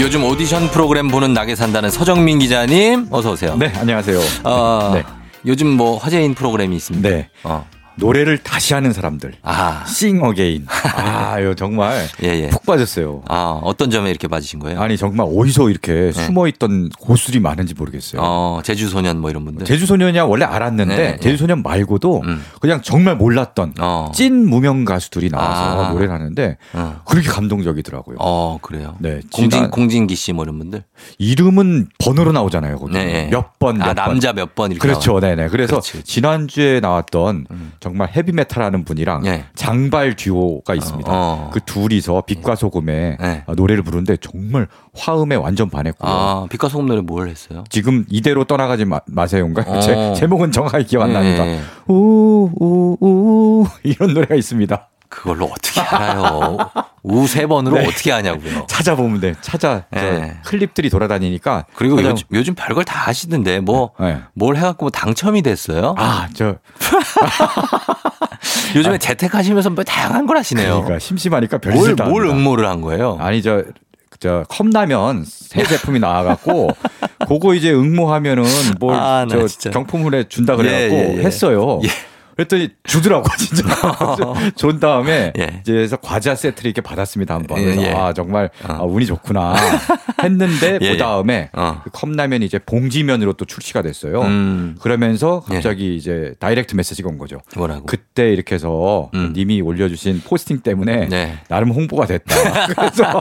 요즘 오디션 프로그램 보는 낙에 산다는 서정민 기자님 어서 오세요. 네, 안녕하세요. 어, 네. 요즘 뭐 화제인 프로그램이 있습니다. 네. 어. 노래를 다시 하는 사람들. 아, 싱 어게인. 아, 이거 정말 예, 예. 푹 빠졌어요. 아, 어떤 점에 이렇게 빠지신 거예요? 아니, 정말 어디서 이렇게 숨어 있던 고수들이 많은지 모르겠어요. 어, 제주 소년 뭐 이런 분들. 네. 제주 소년이야 원래 알았는데 네, 네. 제주 소년 말고도 음. 그냥 정말 몰랐던 어. 찐 무명 가수들이 나와서 아. 노래를 하는데 어. 그렇게 감동적이더라고요. 어, 그래요. 네, 공진 지난- 공진기 씨 뭐 이런 분들. 이름은 번호로 나오잖아요. 거기 네, 네. 음, 몇 번, 몇 아, 번. 남자 몇 번 이렇게. 그렇죠. 네네. 그래서 그렇지, 그렇지. 음. 지난주에 나왔던 정말 헤비메탈하는 분이랑 예. 장발 듀오가 있습니다. 어. 그 둘이서 빛과 소금의 예. 노래를 부르는데 정말 화음에 완전 반했고요. 나와요. 아, 빛과 소금 노래 뭘 했어요? 지금 이대로 떠나가지 마, 마세요인가? 어. 제, 제목은 정확히 기억 안 예, 납니다. 예. 우우우 이런 노래가 있습니다. 그걸로 어떻게 알아요? [LAUGHS] 우 세 번으로 네. 어떻게 아냐고요. 찾아보면 돼. 찾아 저 예. 클립들이 돌아다니니까 그리고 찾아- 요즘, 요즘 별걸 다 하시던데 뭐 뭘 예. 해갖고 뭐 당첨이 됐어요? 아, 저 요즘에 재택하시면서 뭐 다양한 걸 하시네요. 그러니까 심심하니까 별 뭘, 짓도 안 뭘 합니다. 응모를 한 거예요? 아니 저, 저 컵라면 새 제품이 [LAUGHS] 나와갖고 그거 이제 응모하면은 뭘 아, 나 저 진짜. 경품으로 준다 예, 그래갖고 예, 예. 했어요. 예. 그랬더니 주더라고 [LAUGHS] 진짜 준 다음에 예. 이제 해서 과자 세트를 이렇게 받았습니다 한번 예, 그래서 예. 아 정말 어. 아, 운이 좋구나 했는데 [LAUGHS] 예, 예. 그 다음에 어. 그 컵라면이 이제 봉지면으로 또 출시가 됐어요 음. 그러면서 갑자기 이제 다이렉트 메시지가 온 거죠 뭐라고? 그때 이렇게 해서 음. 님이 올려주신 포스팅 때문에 네. 나름 홍보가 됐다. [LAUGHS] 그래서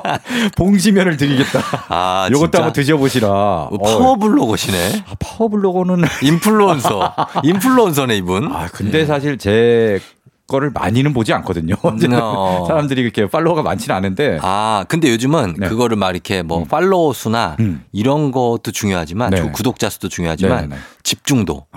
봉지면을 드리겠다. 아, 요것도 진짜? 한번 드셔보시라. 어, 어, [LAUGHS] 파워블로거시네. 아, 파워블로거는. 인플루언서. 인플루언서네, 이분. 아, 근데 사실 제 거를 많이는 보지 않거든요. [LAUGHS] 어. 사람들이 그렇게 팔로워가 많지는 않은데. 아, 근데 요즘은 네. 그거를 막 이렇게 뭐 팔로워 수나 음. 이런 것도 중요하지만 네. 그 구독자 수도 중요하지만 네, 네. 집중도.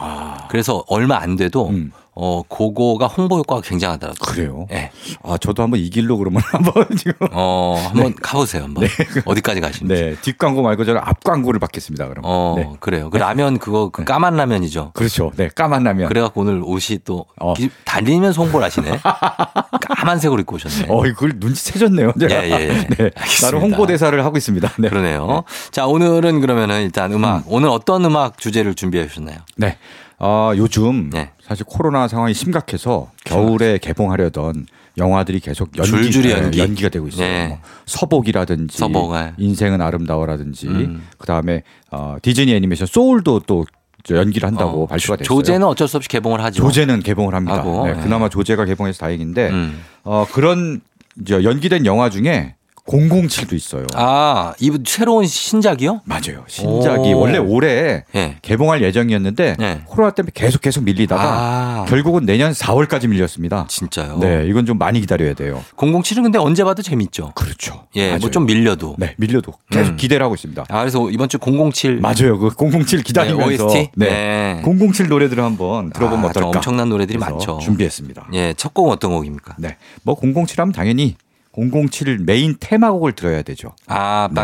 그래서 얼마 안 돼도 음. 어, 그거가 홍보 효과가 굉장하더라고요. 그래요? 예. 아, 저도 한번 이 길로 그러면 [LAUGHS] 한번 지금. 어, 한번 가보세요. 한번. [LAUGHS] 어디까지 가시는지. 네, 뒷광고 말고 저는 앞광고를 받겠습니다, 그럼. 어, 네. 그래요. 그 라면 그거 그 까만 라면이죠. 그렇죠. 네, 까만 라면. 그래갖고 오늘 옷이 또 어. 기- 달리면서 홍보를 하시네. [LAUGHS] 까만색으로 입고 오셨네. 어, 그걸 눈치채셨네요. 제가. 예, 예, 예. 네. 알겠습니다. 나름 홍보대사를 하고 있습니다. 네. 그러네요. 자, 오늘은 그러면은 일단 음악. 오늘 어떤 음악 주제를 준비해 주셨나요? 네. 아, 요즘 네. 사실 코로나 상황이 심각해서 겨울에 개봉하려던 영화들이 계속 연기, 줄줄이 네, 연기. 연기가 되고 있어요. 네. 뭐 서복이라든지 서복아. 인생은 아름다워라든지 음. 그다음에 어, 디즈니 애니메이션 소울도 또저 연기를 한다고 어, 조- 발표가 됐어요. 조제는 어쩔 수 없이 개봉을 하죠. 조제는 개봉을 합니다. 하고, 네, 네. 그나마 조제가 개봉해서 다행인데 음. 어, 그런 이제 연기된 영화 중에 007도 있어요. 아, 이분 새로운 신작이요? 맞아요. 신작이 오. 원래 올해 예. 개봉할 예정이었는데 네. 코로나 때문에 계속 계속 밀리다가 아, 결국은 내년 4월까지 밀렸습니다. 진짜요? 네, 이건 좀 많이 기다려야 돼요. 007은 근데 언제 봐도 재밌죠. 그렇죠. 예, 맞아요. 뭐 좀 밀려도. 네, 밀려도 계속 음. 기대를 하고 있습니다. 아, 그래서 이번 주 007. 맞아요. 그 007 기다리면서 OST? 네. 네. 007 노래들을 한번 들어보면 아, 또 어떨까? 엄청난 노래들이 그래서 많죠. 준비했습니다. 예, 첫 곡은 어떤 곡입니까? 네. 뭐 007 하면 당연히 007 메인 테마곡을 들어야 되죠. 아, 네.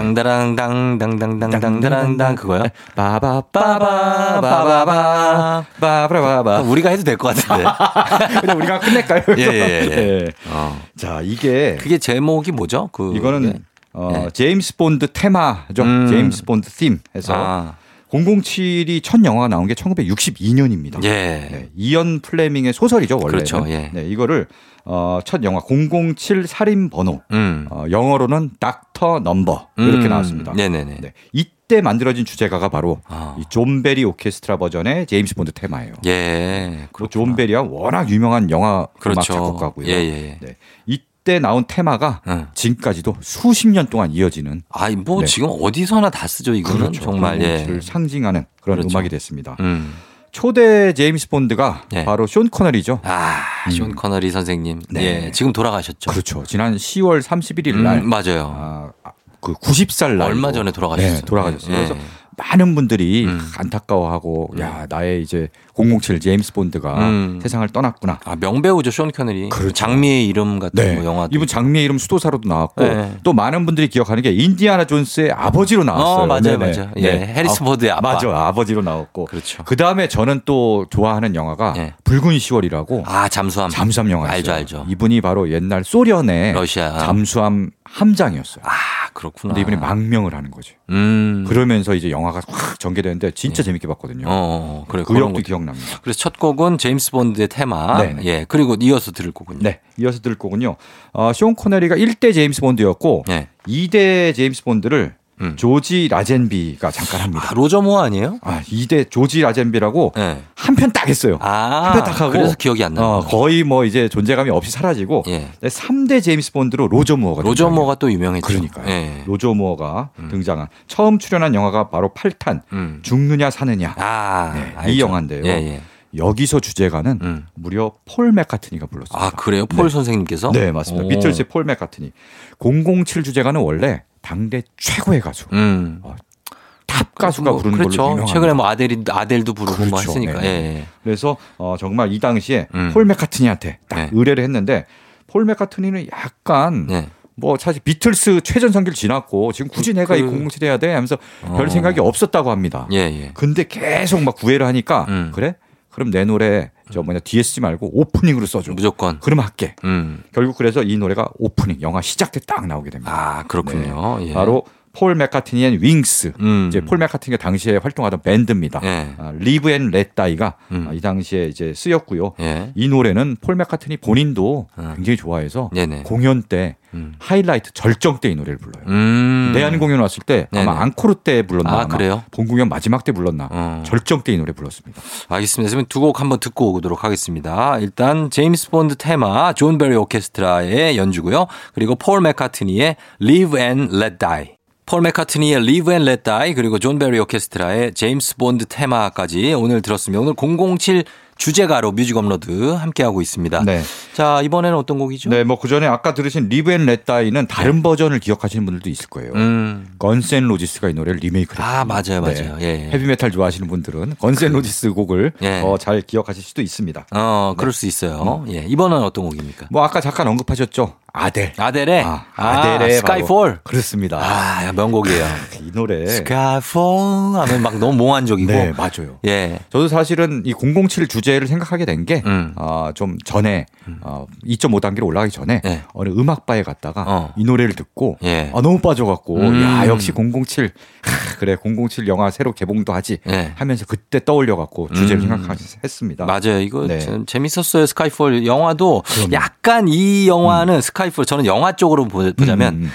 빵다랑당당당당당당당 그거요? 바바바바 바바바 아, 바바바바. 우리가 해도 될 것 [LAUGHS] 같은데. 그냥 우리가 끝낼까요? [LAUGHS] 예, 예, 예. 예. 어. 자, 이게 그게 제목이 뭐죠? 그 이거는 네. 어, 제임스 본드 테마죠. 음. 제임스 본드 팀 해서 아, 007이 첫 영화가 나온 게 1962년입니다. 예. 네, 이언 플레밍의 소설이죠, 원래. 그렇죠, 예. 네, 이거를 어, 첫 영화 007 살인 번호. 음. 어, 영어로는 닥터 넘버 이렇게 음. 나왔습니다. 네네네. 네, 이때 만들어진 주제가가 바로 아. 이존 베리 오케스트라 버전의 제임스 본드 테마예요. 예. 뭐 존 베리가 워낙 유명한 영화 음악 그렇죠. 작곡가고요. 예, 예, 예. 네, 이때 나온 테마가 응. 지금까지도 수십 년 동안 이어지는 아, 뭐 네. 그렇죠. 뭐 지금 어디서나 다 쓰죠, 이거는 정말 예. 를 상징하는 그런 그렇죠. 음악이 됐습니다. 음. 초대 제임스 본드가 네. 바로 쇼 코널이죠. 아, 존 커너리 선생님. 음. 네. 예. 지금 돌아가셨죠. 그렇죠. 지난 10월 31일 음, 날 맞아요. 아, 그 90살 날 얼마 전에 돌아가셨어요. 네, 돌아가셨어요. 예. 그래서 많은 분들이 음. 안타까워하고 야 나의 이제 007 제임스 본드가 음. 세상을 떠났구나. 아, 명배우죠, 쇼 커너리. 그렇죠. 장미의 이름 같은 네, 뭐 영화도. 이분 장미의 이름 수도사로도 나왔고 네. 또 많은 분들이 기억하는 게 인디아나 존스의 아버지로 나왔어요. 어, 맞아요, 네네. 맞아요. 예, 해리스 아, 포드의 아빠. 맞아, 아버지로 나왔고. 그렇죠. 그 다음에 저는 또 좋아하는 영화가 예. 붉은 10월이라고 아, 잠수함. 잠수함 영화였어요. 알죠, 알죠. 이분이 바로 옛날 소련의 러시아. 잠수함 함장이었어요. 아 그렇구나. 근데 이분이 그렇죠. 망명을 하는 거지. 음. 그러면서 이제 영화가 확 전개되는데 진짜 재밌게 봤거든요. 어, 어, 그래 그 그런 역도 거. 기억납니다. 그래서 첫 곡은 제임스 본드의 테마. 네, 네. 예. 그리고 이어서 들을 곡은요. 네, 이어서 들을 곡은요. 어, 쇼 코네리가 1대 제임스 본드였고 예. 2대 제임스 본드를 음. 조지 라젠비가 잠깐 합니다. 아, 로저 모어 아니에요? 아, 2대 조지 라젠비라고 예. 한 편 딱 했어요. 아. 한편딱 하고 그래서 기억이 안 나요. 어, 거의 뭐 이제 존재감이 없이 사라지고 네, 예. 3대 제임스 본드로 로저 무어가 로저 등장해요. 모어가 또 유명했죠. 그러니까요. 예. 로저 무어가 음. 등장한 처음 출연한 영화가 바로 8탄 음. 죽느냐 사느냐 아. 네, 이 알죠. 영화인데요. 예, 예. 여기서 주제가는 음. 무려 폴 맥카트니가 불렀어요. 아, 그래요? 폴 네. 선생님께서? 네 맞습니다. 어? 오. 비틀즈 폴 맥카트니 007 주제가는 원래 당대 최고의 가수 음. 탑 가수가 뭐, 부르는 그렇죠. 걸로 유명합니다. 최근에 뭐 아델이 아델도 부르고 뭐 그렇죠. 했으니까. 네. 예. 그래서 어, 정말 이 당시에 음. 폴 맥카트니한테 딱 네. 의뢰를 했는데 폴 맥카트니는 약간 네. 뭐 사실 비틀스 최전성기를 지났고 지금 굳이 내가 이 그- 007 해야 돼 하면서 별 어. 생각이 없었다고 합니다. 예, 예. 근데 계속 막 구애를 하니까 음. 그래? 그럼 내 노래 저 뭐냐 뒤에 쓰지 말고 오프닝으로 써줘. 무조건. 그럼 할게. 음. 결국 그래서 이 노래가 오프닝 영화 시작 때 딱 나오게 됩니다. 아, 그렇군요. 예. 네. 바로 폴 맥카트니의 윙스. 음. 이제 폴 맥카트니가 당시에 활동하던 밴드입니다. 예. 아, 리브 앤 렛다이가 아, 음. 이 당시에 이제 쓰였고요. 예. 이 노래는 폴 맥카트니 본인도 음. 굉장히 좋아해서 네네. 공연 때 음. 하이라이트 절정 때 이 노래를 불러요. 음. 내한 공연 왔을 때 네네. 아마 앙코르 때 불렀나 아, 아마 그래요? 본 공연 마지막 때 불렀나 어. 절정 때 이 노래 불렀습니다. 알겠습니다. 그러면 두 곡 한번 듣고 오도록 하겠습니다. 일단 제임스 본드 테마 존 베리 오케스트라의 연주고요. 그리고 폴 맥카트니의 Live and Let Die. 폴 맥카트니의 Live and Let Die 그리고 존 베리 오케스트라의 제임스 본드 테마까지 오늘 들었습니다. 오늘 007 주제가로 뮤직 업로드 함께하고 있습니다. 네. 자, 이번에는 어떤 곡이죠? 네. 네, 뭐 그 전에 아까 들으신 리브 앤 렛다이는 다른 버전을 기억하시는 분들도 있을 거예요. 음. 건센 로지스가 이 노래를 리메이크를 아, 맞아요. 네. 맞아요. 예, 예. 헤비메탈 좋아하시는 분들은 건센 로지스 곡을 예. 어, 잘 기억하실 수도 있습니다. 어, 그럴 수 있어요. 음. 예. 이번은 어떤 곡입니까? 뭐 아까 잠깐 언급하셨죠. 네. 아델. 아델의 아델의 바로- 스카이폴. 그렇습니다. 아, 명곡이에요. 이 노래. 스카이폴 하면 막 너무 몽환적이고. 예. 네, 맞아요. 예. 저도 사실은 이 007 주제를 생각하게 된 게 어, 음. 좀 전에 어, 2.5단계로 올라가기 전에 네. 어느 음악바에 갔다가 어. 이 노래를 듣고 예. 아, 너무 빠져갖고 음. 야 역시 007 하, 그래 007 영화 새로 개봉도 하지 예. 하면서 그때 떠올려갖고 주제를 음. 생각했습니다. 맞아요. 이거 네. 참 재밌었어요. 스카이폴 영화도 약간 이 영화는 스카이폴 저는 영화 쪽으로 보- 보자면 음, 음.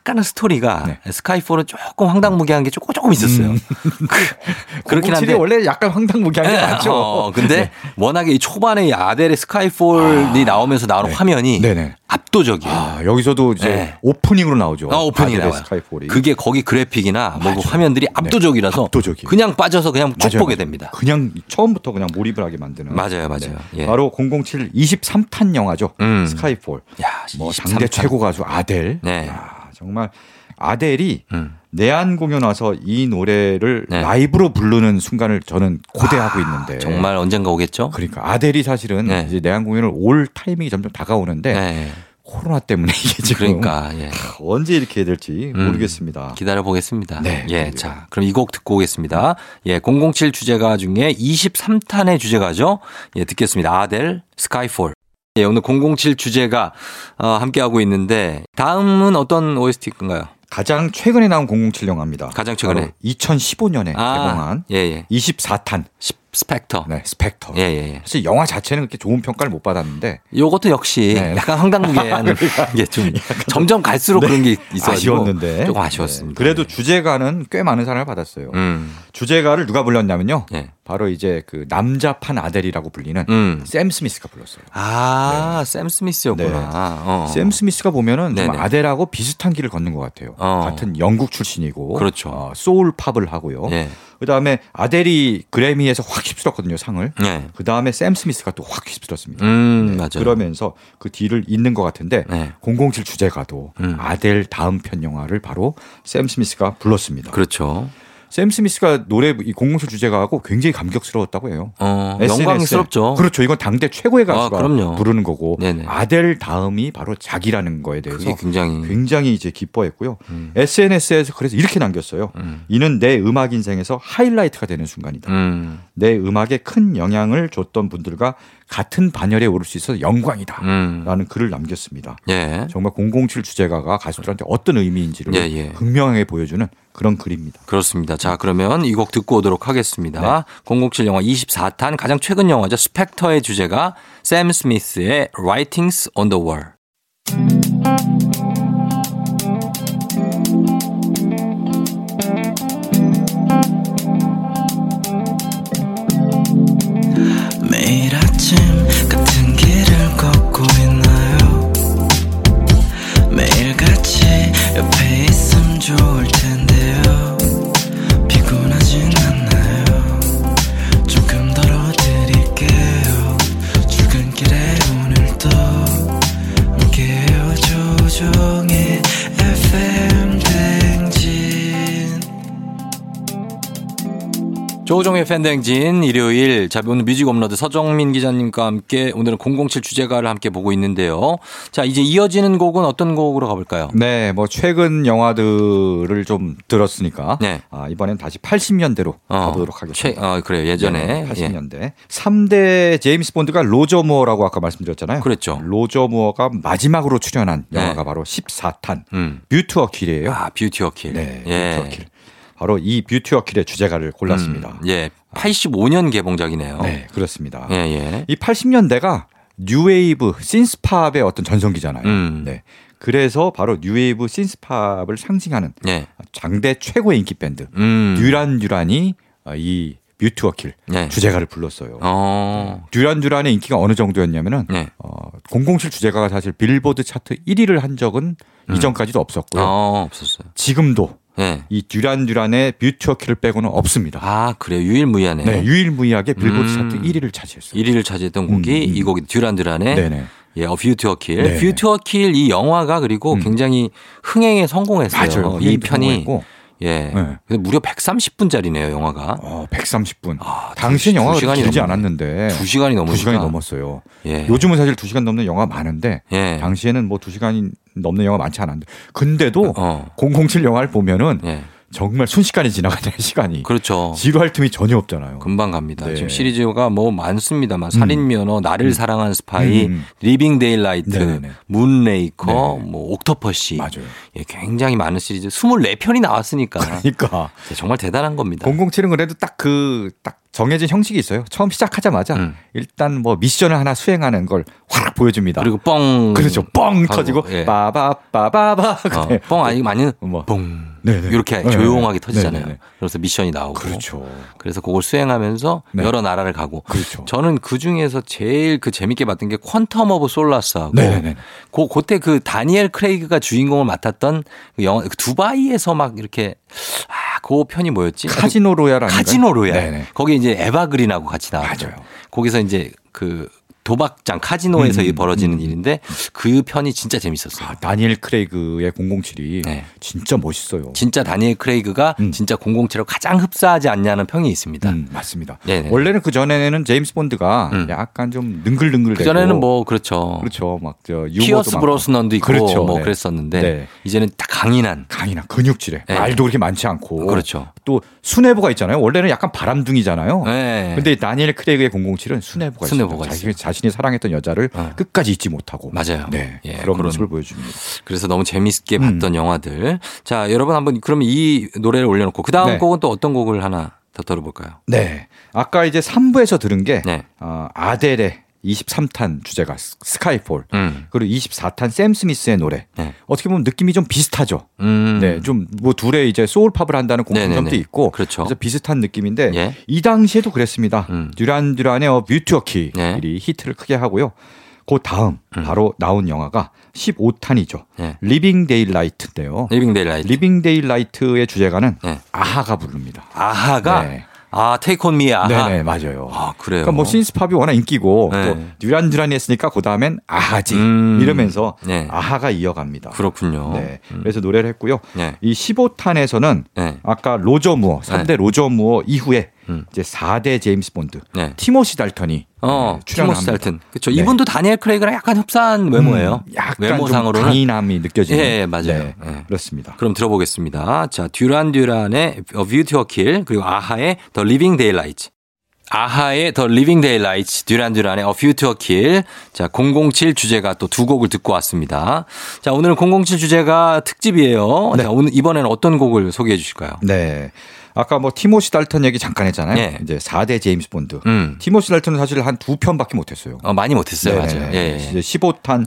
약간은 스토리가 네. 스카이폴은 조금 황당무계한 게 조금 조금 있었어요. [LAUGHS] 그, [LAUGHS] 그렇긴 007이 한데 원래 약간 황당무계한 게 예, 많죠. 네. 어, 근데 워낙에 이 초반에 이 아델의 스카이폴이 나오면서 나오는 네. 화면이 네네. 압도적이에요. 아, 여기서도 이제 네. 오프닝으로 나오죠. 아, 오프닝이 아델의 나와요. 스카이폴이. 그게 거기 그래픽이나 뭐그 맞아요. 화면들이 네. 압도적이라서 압도적이에요. 그냥 빠져서 그냥 쭉 맞아요, 보게 맞아요. 됩니다. 그냥 처음부터 그냥 몰입을 하게 만드는. 네. 맞아요, 맞아요. 예. 바로 007 23탄 영화죠. 음. 스카이폴. 야, 뭐 23탄. 당대 최고 가수 아델. 네. 야, 정말 아델이 음. 내한 공연 와서 이 노래를 네. 아, 라이브로 부르는 순간을 저는 고대하고 있는데. 정말 언젠가 오겠죠? 네. 그러니까 아델이 사실은 네. 이제 내한 공연을 올 타이밍이 점점 다가오는데 네. 코로나 때문에 이게 지금 그러니까 예. [LAUGHS] 언제 이렇게 될지 음. 모르겠습니다. 기다려 보겠습니다. 네. 예, 자, 그럼 이 곡 듣고 오겠습니다. 예, 007 주제가 중에 23탄의 주제가죠. 예, 듣겠습니다. 아델 스카이폴. 예, 오늘 007 주제가 어, 함께 하고 있는데 다음은 어떤 OST인가요? 네, 가장 최근에 나온 007 영화입니다. 가장 최근에. 2015년에 개봉한 예, 예. 24탄 십- 스펙터. 네, 스펙터. 예, 예, 사실 영화 자체는 그렇게 좋은 평가를 못 받았는데 예. 요것도 역시 네. 그러니까. 약간 [LAUGHS] 황당무계한 게 좀 점점 갈수록 그런 게 있어가지고 아쉬웠는데 조금 아쉬웠습니다. 네, 그래도 주제가는 꽤 많은 사랑을 받았어요. 음. 주제가를 누가 불렀냐면요. 예. 바로 이제 그 남자판 아델이라고 불리는 음. 샘 스미스가 불렀어요. 아, 샘 스미스였구나. 네. 어. 샘 스미스가 보면은 좀 네네. 아델하고 비슷한 길을 걷는 것 같아요. 어. 같은 영국 출신이고, 그렇죠. 어, 소울 팝을 하고요. 예. 그 다음에 아델이 그래미에서 확 휩쓸었거든요 상을. 네. 그 다음에 샘 스미스가 또 확 휩쓸었습니다. 음, 네, 맞아요. 그러면서 그 뒤를 잇는 것 같은데 네. 007 주제가도 음. 아델 다음 편 영화를 바로 샘 스미스가 불렀습니다. 그렇죠. 샘 스미스가 노래 이007 주제가하고 굉장히 감격스러웠다고 해요. 어, SNS 에. 영광스럽죠. 그렇죠. 이건 당대 최고의 가수가 아, 그럼요. 부르는 거고 네네. 아델 다음이 바로 자기라는 거에 그게 대해서 굉장히 굉장히 이제 기뻐했고요. 음. SNS에서 그래서 이렇게 남겼어요. 음. 이는 내 음악 인생에서 하이라이트가 되는 순간이다. 음. 내 음악에 큰 영향을 줬던 분들과 같은 반열에 오를 수 있어서 영광이다. 음. 라는 글을 남겼습니다. 예. 정말 007 주제가가 가수들한테 어떤 의미인지를 예, 예. 극명하게 보여주는 그런 글입니다. 그렇습니다. 자, 그러면 이 곡 듣고 오도록 하겠습니다. 네. 007 영화 24탄 가장 최근 영화죠. 스펙터의 주제가 샘 스미스의 Writings on the Wall. 매일 아침 같은 길을 걷고 있나요 매일 같이 옆에 있음 좋을 텐데요 피곤하진 않나요 조금 덜어드릴게요 출근길에 오늘도 함께해요 조종의 FM 댕진 조종의 팬댕진 일요일 자 오늘 뮤직 업로드 서정민 기자님과 함께 오늘은 007 주제가를 함께 보고 있는데요. 자 이제 이어지는 곡은 어떤 곡으로 가볼까요? 네, 뭐 최근 영화들을 좀 들었으니까 네. 아, 이번엔 다시 80년대로 어, 가보도록 하겠습니다. 최- 어, 그래요 예전에 네, 예. 80년대 삼 3대 제임스 본드가 로저 무어라고 아까 말씀드렸잖아요. 그랬죠. 로저 무어가 마지막으로 출연한 네. 영화가 바로 14탄 음. 뷰트 어킬이에요. 아 뷰티 어킬 네, 예. 뷰트 어킬. 바로 이 뷰트 어킬의 주제가를 골랐습니다. 아. 음, 예 85년 개봉작이네요. 네, 그렇습니다. 예 예. 이 80년대가 뉴웨이브 신스팝의 어떤 전성기잖아요. 음. 네. 그래서 바로 뉴웨이브 신스팝을 상징하는 예. 장대 최고의 인기 밴드 음. 듀란 듀란이 어, 이 뮤트 어킬 네. 주제가를 불렀어요. 어. 듀란 듀란의 인기가 어느 정도였냐면은 네. 어, 007 주제가가 사실 빌보드 차트 1위를 한 적은 이전까지도 없었고요. 음. 어 없었어요. 지금도 예. 이 듀란 듀란의 뮤트 어킬을 빼고는 없습니다. 아 그래요 유일무이하네. 네, 유일무이하게 빌보드 음. 차트 1위를 차지했어요. 1위를 차지했던 곡이 음, 음. 이 곡이 듀란드란의 네네. 예, 어, 뷰 투어 킬. 네. 음. 뷰 투어 킬이 영화가 그리고 굉장히 흥행에 성공했어요. 맞아요. 이 편이 고 예. 네. 근데 무려 130분짜리네요, 영화가. 어, 130분. 아, 당시 두 영화가 시간이 그렇게 길지 넘네. 않았는데 두 시간이 넘으니까. 두 시간이 넘었어요. 예. 요즘은 사실 두 시간 넘는 영화 많은데 예. 당시에는 뭐 두 시간이 넘는 영화 많지 않았는데 근데도 어. 007 영화를 보면은 예. 정말 순식간에 지나가잖아요 [LAUGHS] 시간이 그렇죠. 지루할 틈이 전혀 없잖아요. 금방 갑니다. 네. 지금 시리즈가 뭐 많습니다만 살인 면허, 나를 사랑한 스파이, 음. 리빙 데일라이트, 네네네. 문레이커, 네네. 뭐 옥토퍼시. 맞아요. 예, 굉장히 많은 시리즈 24편이 나왔으니까 네, 그러니까 정말 대단한 겁니다. 007은 그래도 딱 그 딱 정해진 형식이 있어요. 처음 시작하자마자 음. 일단 뭐 미션을 하나 수행하는 걸 확 보여줍니다. 그리고 뻥 그렇죠. 뻥 하고, 터지고 예. 빠바빠바바 어, 그래. 뻥 아니고 많이는 뭐. 봉 네네. 이렇게 네네. 조용하게 터지잖아요. 네네네. 그래서 미션이 나오고 그렇죠. 래서 그걸 수행하면서 네. 여러 나라를 가고 그렇죠. 저는 그 중에서 제일 그 재밌게 봤던 게 퀀텀 오브 솔라스하고 네네네. 그 그때 그 다니엘 크레이그가 주인공을 맡았던 그 영화 그 두바이에서 막 이렇게 아그 편이 뭐였지? 카지노 로얄 아닌가요? 카지노 로얄. 네네. 거기 이제 에바그린하고 같이 나왔죠. 맞아요. 거기서 이제 그 도박장 카지노에서 음, 이 벌어지는 일인데 그 편이 진짜 재밌었어요. 아, 다니엘 크레이그의 007이 네. 진짜 멋있어요. 진짜 다니엘 크레이그가 음. 진짜 007로 가장 흡사하지 않냐는 평이 있습니다. 음, 맞습니다. 네네. 원래는 그 전에는 제임스 본드가 음. 약간 좀 능글능글 그 전에는 뭐 그렇죠. 그렇죠. 막저 피어스 브로스넌도 있고 그렇죠. 뭐 네. 그랬었는데 네. 이제는 딱 강인한 강이나 근육질에 네. 말도 그렇게 많지 않고 그렇죠. 또 수뇌부가 있잖아요. 원래는 약간 바람둥이잖아요. 네. 어. 근데 다니엘 크레이그의 007은 수뇌부가, 수뇌부가 있습니다. 있어요. 자신이, 자신이 사랑했던 여자를 어. 끝까지 잊지 못하고 맞아요. 네. 예, 그런 그런- 모습을 보여줍니다. 그래서 너무 재밌게 음. 봤던 영화들. 자, 여러분 한번 그러면 이 노래를 올려놓고 그 다음 네. 곡은 또 어떤 곡을 하나 더 들어볼까요? 네. 아까 이제 3부에서 들은 게 네. 어, 아델의 23탄 주제가 스- 스카이폴 음. 그리고 24탄 샘 스미스의 노래 네. 어떻게 보면 느낌이 좀 비슷하죠. 음. 네, 좀 뭐 둘의 이제 소울 팝을 한다는 공통점도 네네네. 있고 그렇죠. 래서 비슷한 느낌인데 예. 이 당시에도 그랬습니다. 음. 듀란 듀란의 어 뮤트워키 예. 이 히트를 크게 하고요. 그 다음 바로 나온 영화가 15탄이죠. 예. 리빙 데일라이트인데요. 리빙 데일라이트. 리빙 데일라이트의 주제가는 예. 아하가 부릅니다. 아하가 네. 아 테이크 온 미의 아하. 네네 맞아요. 아 그래요. 그러니까 뭐 신스팝이 워낙 인기고 네. 또 듀란 듀란이 했으니까 그 다음엔 아하지 음. 이러면서 네. 아하가 이어갑니다. 그렇군요. 네. 음. 그래서 노래를 했고요. 네. 이 15탄에서는 네. 아까 로저 무어 3대 네. 로저 무어 이후에 음. 이제 4대 제임스 본드 네. 티모시 달턴이 어, 네, 출연을 티모시 합니다. 달튼. 그렇죠. 네. 이분도 다니엘 크레이그랑 약간 흡사한 외모예요. 음, 약간 외모상으로는. 좀 강인함이 느껴지는. 네, 예, 예, 맞아요. 예. 그렇습니다. 그럼 들어보겠습니다. 자, 듀란 듀란의 A View to a Kill 그리고 아하의 The Living Daylight. 아하의 더 리빙 데일라이츠, 듀란 듀란의 A Few to a Kill. 자, 007 주제가 또 두 곡을 듣고 왔습니다. 자, 오늘은 007 주제가 특집이에요. 자, 오늘 이번에는 어떤 곡을 소개해 주실까요? 네. 아까 뭐 티모시 달턴 얘기 잠깐 했잖아요. 예. 이제 4대 제임스 본드. 음. 티모시 달턴은 사실 한 두 편밖에 못 했어요. 어, 많이 못했어요. 네네. 맞아요. 예, 예. 이제 15탄,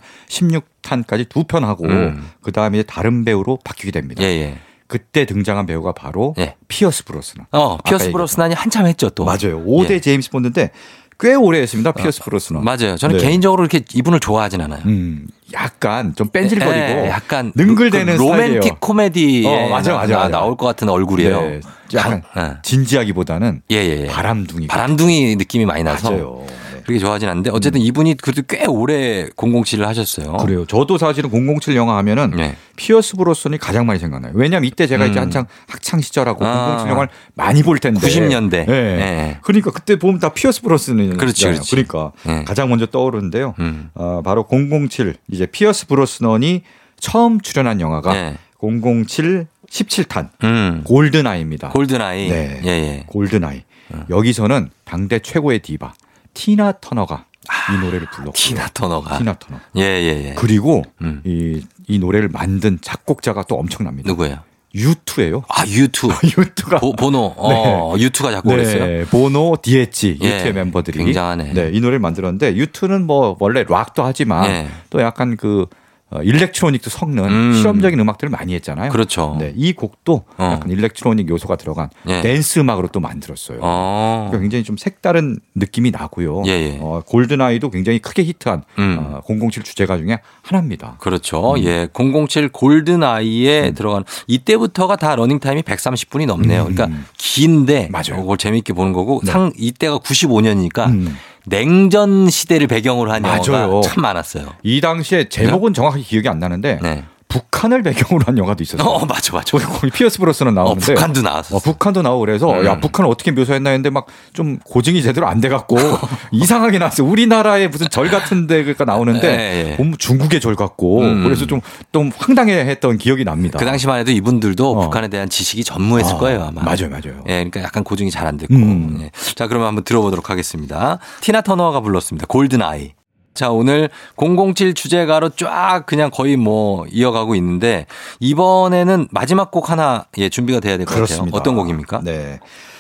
16탄까지 두 편 하고 음. 그다음에 이제 다른 배우로 바뀌게 됩니다. 예, 예. 그때 등장한 배우가 바로 예. 피어스 브로스나. 어, 피어스 아까 브로스난이 한참 했죠, 또. 맞아요. 5대 예. 제임스 본드인데 꽤 오래 했습니다. 피어스 브로스나. 맞아요. 저는 네. 개인적으로 이렇게 이분을 좋아하진 않아요. 음, 약간 좀 뺀질거리고 예, 약간 능글대는 그 로맨틱 스타일이에요. 코미디에 어, 맞아요, 맞아요, 나- 맞아요. 나올 것 같은 얼굴이에요. 네, 약간 강- 예. 진지하기보다는 예, 예, 예. 바람둥이. 바람둥이 느낌이 많이 나서 맞아요. 네. 음. 그렇게 좋아하진 않는데 어쨌든 이분이 그래도 꽤 오래 007을 하셨어요. 그래요. 저도 사실은 007 영화 하면은 네. 피어스 브로스니 가장 많이 생각나요. 왜냐면 이때 제가 이제 음. 한창 학창 시절하고 아. 007 영화를 많이 볼 텐데. 90년대. 예. 예. 그러니까 그때 보면 다 피어스 브로스는 그렇지, 그렇지. 러니까 예. 가장 먼저 떠오르는데요. 음. 어, 바로 007 이제 피어스 브로스넌이 처음 출연한 영화가 예. 007 17탄 음. 골든 아이입니다. 골든아이. 네. 예, 예. 골든 아이. 여기서는 당대 최고의 디바 티나 터너가 이 노래를 불렀고 티나 터너가. 티나 터너. 예, 예, 예. 그리고 음. 이, 이 노래를 만든 작곡자가 또 엄청납니다. 누구예요? 유투예요. 아, 유투. [LAUGHS] 유투가 보, 보노. 어, 유투가 작곡을 했어요. 네, 보노, 디에치 예, 유투의 멤버들이 굉장하네. 네, 이 노래를 만들었는데 유투는 뭐 원래 락도 하지만 예. 또 약간 그 어, 일렉트로닉도 섞는 음. 실험적인 음악들을 많이 했잖아요. 그렇죠. 네, 이 곡도 어. 약간 일렉트로닉 요소가 들어간 예. 댄스 음악으로 또 만들었어요. 어. 그러니까 굉장히 좀 색다른 느낌이 나고요. 예, 예. 어, 골든아이도 굉장히 크게 히트한 음. 어, 007 주제가 중에 하나입니다. 그렇죠. 음. 예. 007 골든 아이에 들어가는 이때부터가 다 러닝 타임이 130분이 넘네요. 음. 그러니까 긴데 맞아요. 네. 그걸 재미있게 보는 거고 상 이때가 95년이니까 음. 냉전 시대를 배경으로 한 영화가 맞아요. 참 많았어요. 이 당시에 제목은 정확히 기억이 안 나는데 네. 북한을 배경으로 한 영화도 있었어요. 어, 맞아 맞아. 저기 거기 피어스 브로스는 어, 나오는데 북한도 나왔어. 어, 북한도 나오고 그래서 음. 야 북한 어떻게 묘사했나 했는데 막 좀 고증이 제대로 안 [LAUGHS] 돼 갖고 이상하게 나왔어요. 우리나라의 무슨 절 같은 데가 예, 예. 나오는데 보면 중국의 절 같고 음. 그래서 좀 좀 황당해했던 기억이 납니다. 그 당시만 해도 이분들도 어. 북한에 대한 지식이 전무했을 아, 거예요 아마. 맞아요, 맞아요. 예, 그러니까 약간 고증이 잘 안 됐고. 음. 예. 자, 그러면 한번 들어보도록 하겠습니다. 티나 터너가 불렀습니다. 골든 아이. 자, 오늘 007 주제가로 쫙 그냥 거의 뭐 이어가고 있는데 이번에는 마지막 곡 하나 예, 준비가 돼야 될 것 같아요. 그렇습니다. 어떤 곡입니까? 네.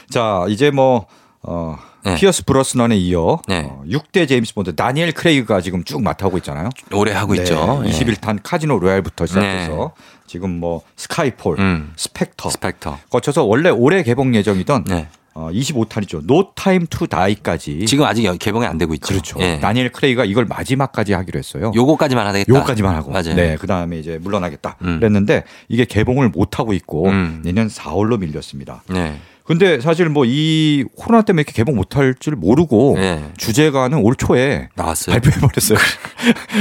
자, 이제 뭐 어, 네. 피어스 브로스넌에 이어 네. 어, 6대 제임스 본드 다니엘 크레이그가 지금 쭉 맡아오고 있잖아요. 오래 네. 하고 있죠. 예. 네. 21탄 카지노 로얄부터 시작해서 지금 뭐 스카이폴, 음. 스펙터 스펙터. 거쳐서 원래 올해 개봉 예정이던 네. 어, 25탄이죠. 노 타임 투 다이까지 지금 아직 여- 개봉이 안 되고 있죠. 그렇죠. 예. 다니엘 크레이가 이걸 마지막까지 하기로 했어요. 요거까지만 하겠다. 요거까지만 하고 맞아요. 네 그다음에 이제 물러나겠다 음. 그랬는데 이게 개봉을 못 하고 있고 음. 내년 4월로 밀렸습니다. 네. 근데 사실 뭐 이 코로나 때문에 이렇게 개봉 못 할 줄 모르고 예. 주제가는 올 초에 나왔어요. 발표해 [LAUGHS] 버렸어요.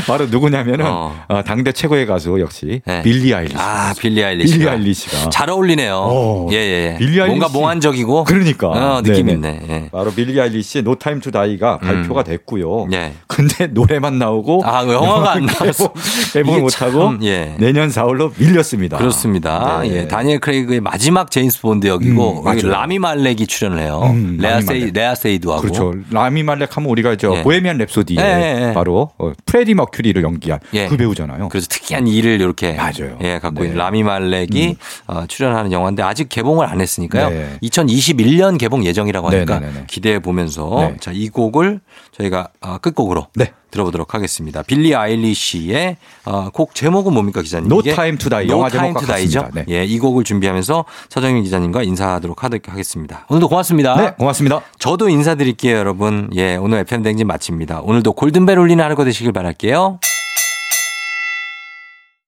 바로 누구냐면은 어. 어, 당대 최고의 가수 역시 예. 빌리 아일리시. 아, 빌리 아일리시. 빌리 아일리시가 잘 어울리네요. 어, 예, 예. 빌리 아일리시. 뭔가 몽환적이고. 그러니까 어, 느낌 네네. 있네. 예. 바로 빌리 아일리시의 노 타임 투 다이가 발표가 됐고요. 예. 근데 노래만 나오고 음. 아, 왜 영화가 안 개봉- 나왔어? 개봉을 이게 못 참, 하고 예. 내년 4월로 밀렸습니다. 그렇습니다. 네. 예, 다니엘 크레이그의 마지막 제임스 본드 음, 역이고 맞아요. 여기 라미 말렉이 출연을 해요. 음, 레아 라미 세이 말렉. 레아 세이드하고 그렇죠. 라미 말렉 하면 우리가 저 예. 보헤미안 랩소디에 예, 예, 예. 바로 어, 프레디 머큐리를 연기한 예. 그 배우잖아요. 그래서 특이한 일을 이렇게 맞아요. 예, 갖고 네. 음. 있는 라미 말렉이 어, 출연하는 영화인데 아직 개봉을 안 했으니까요. 네. 2021년 개봉 예정이라고 하니까 네네네네. 기대해 보면서 네. 자, 이 곡을 저희가 아, 끝곡으로 네. 들어보도록 하겠습니다. 빌리 아일리시의 어, 곡 제목은 뭡니까 기자님? No Time to Die, 영화 제목과 죠 같습니다. 네. 예, 이 곡을 준비하면서 서정민 기자님과 인사하도록 하도록 하겠습니다. 오늘도 고맙습니다. 네, 고맙습니다. 저도 인사드릴게요, 여러분. 예, 오늘 FM 댕진 마칩니다. 오늘도 골든벨 울리는 하루 되시길 바랄게요.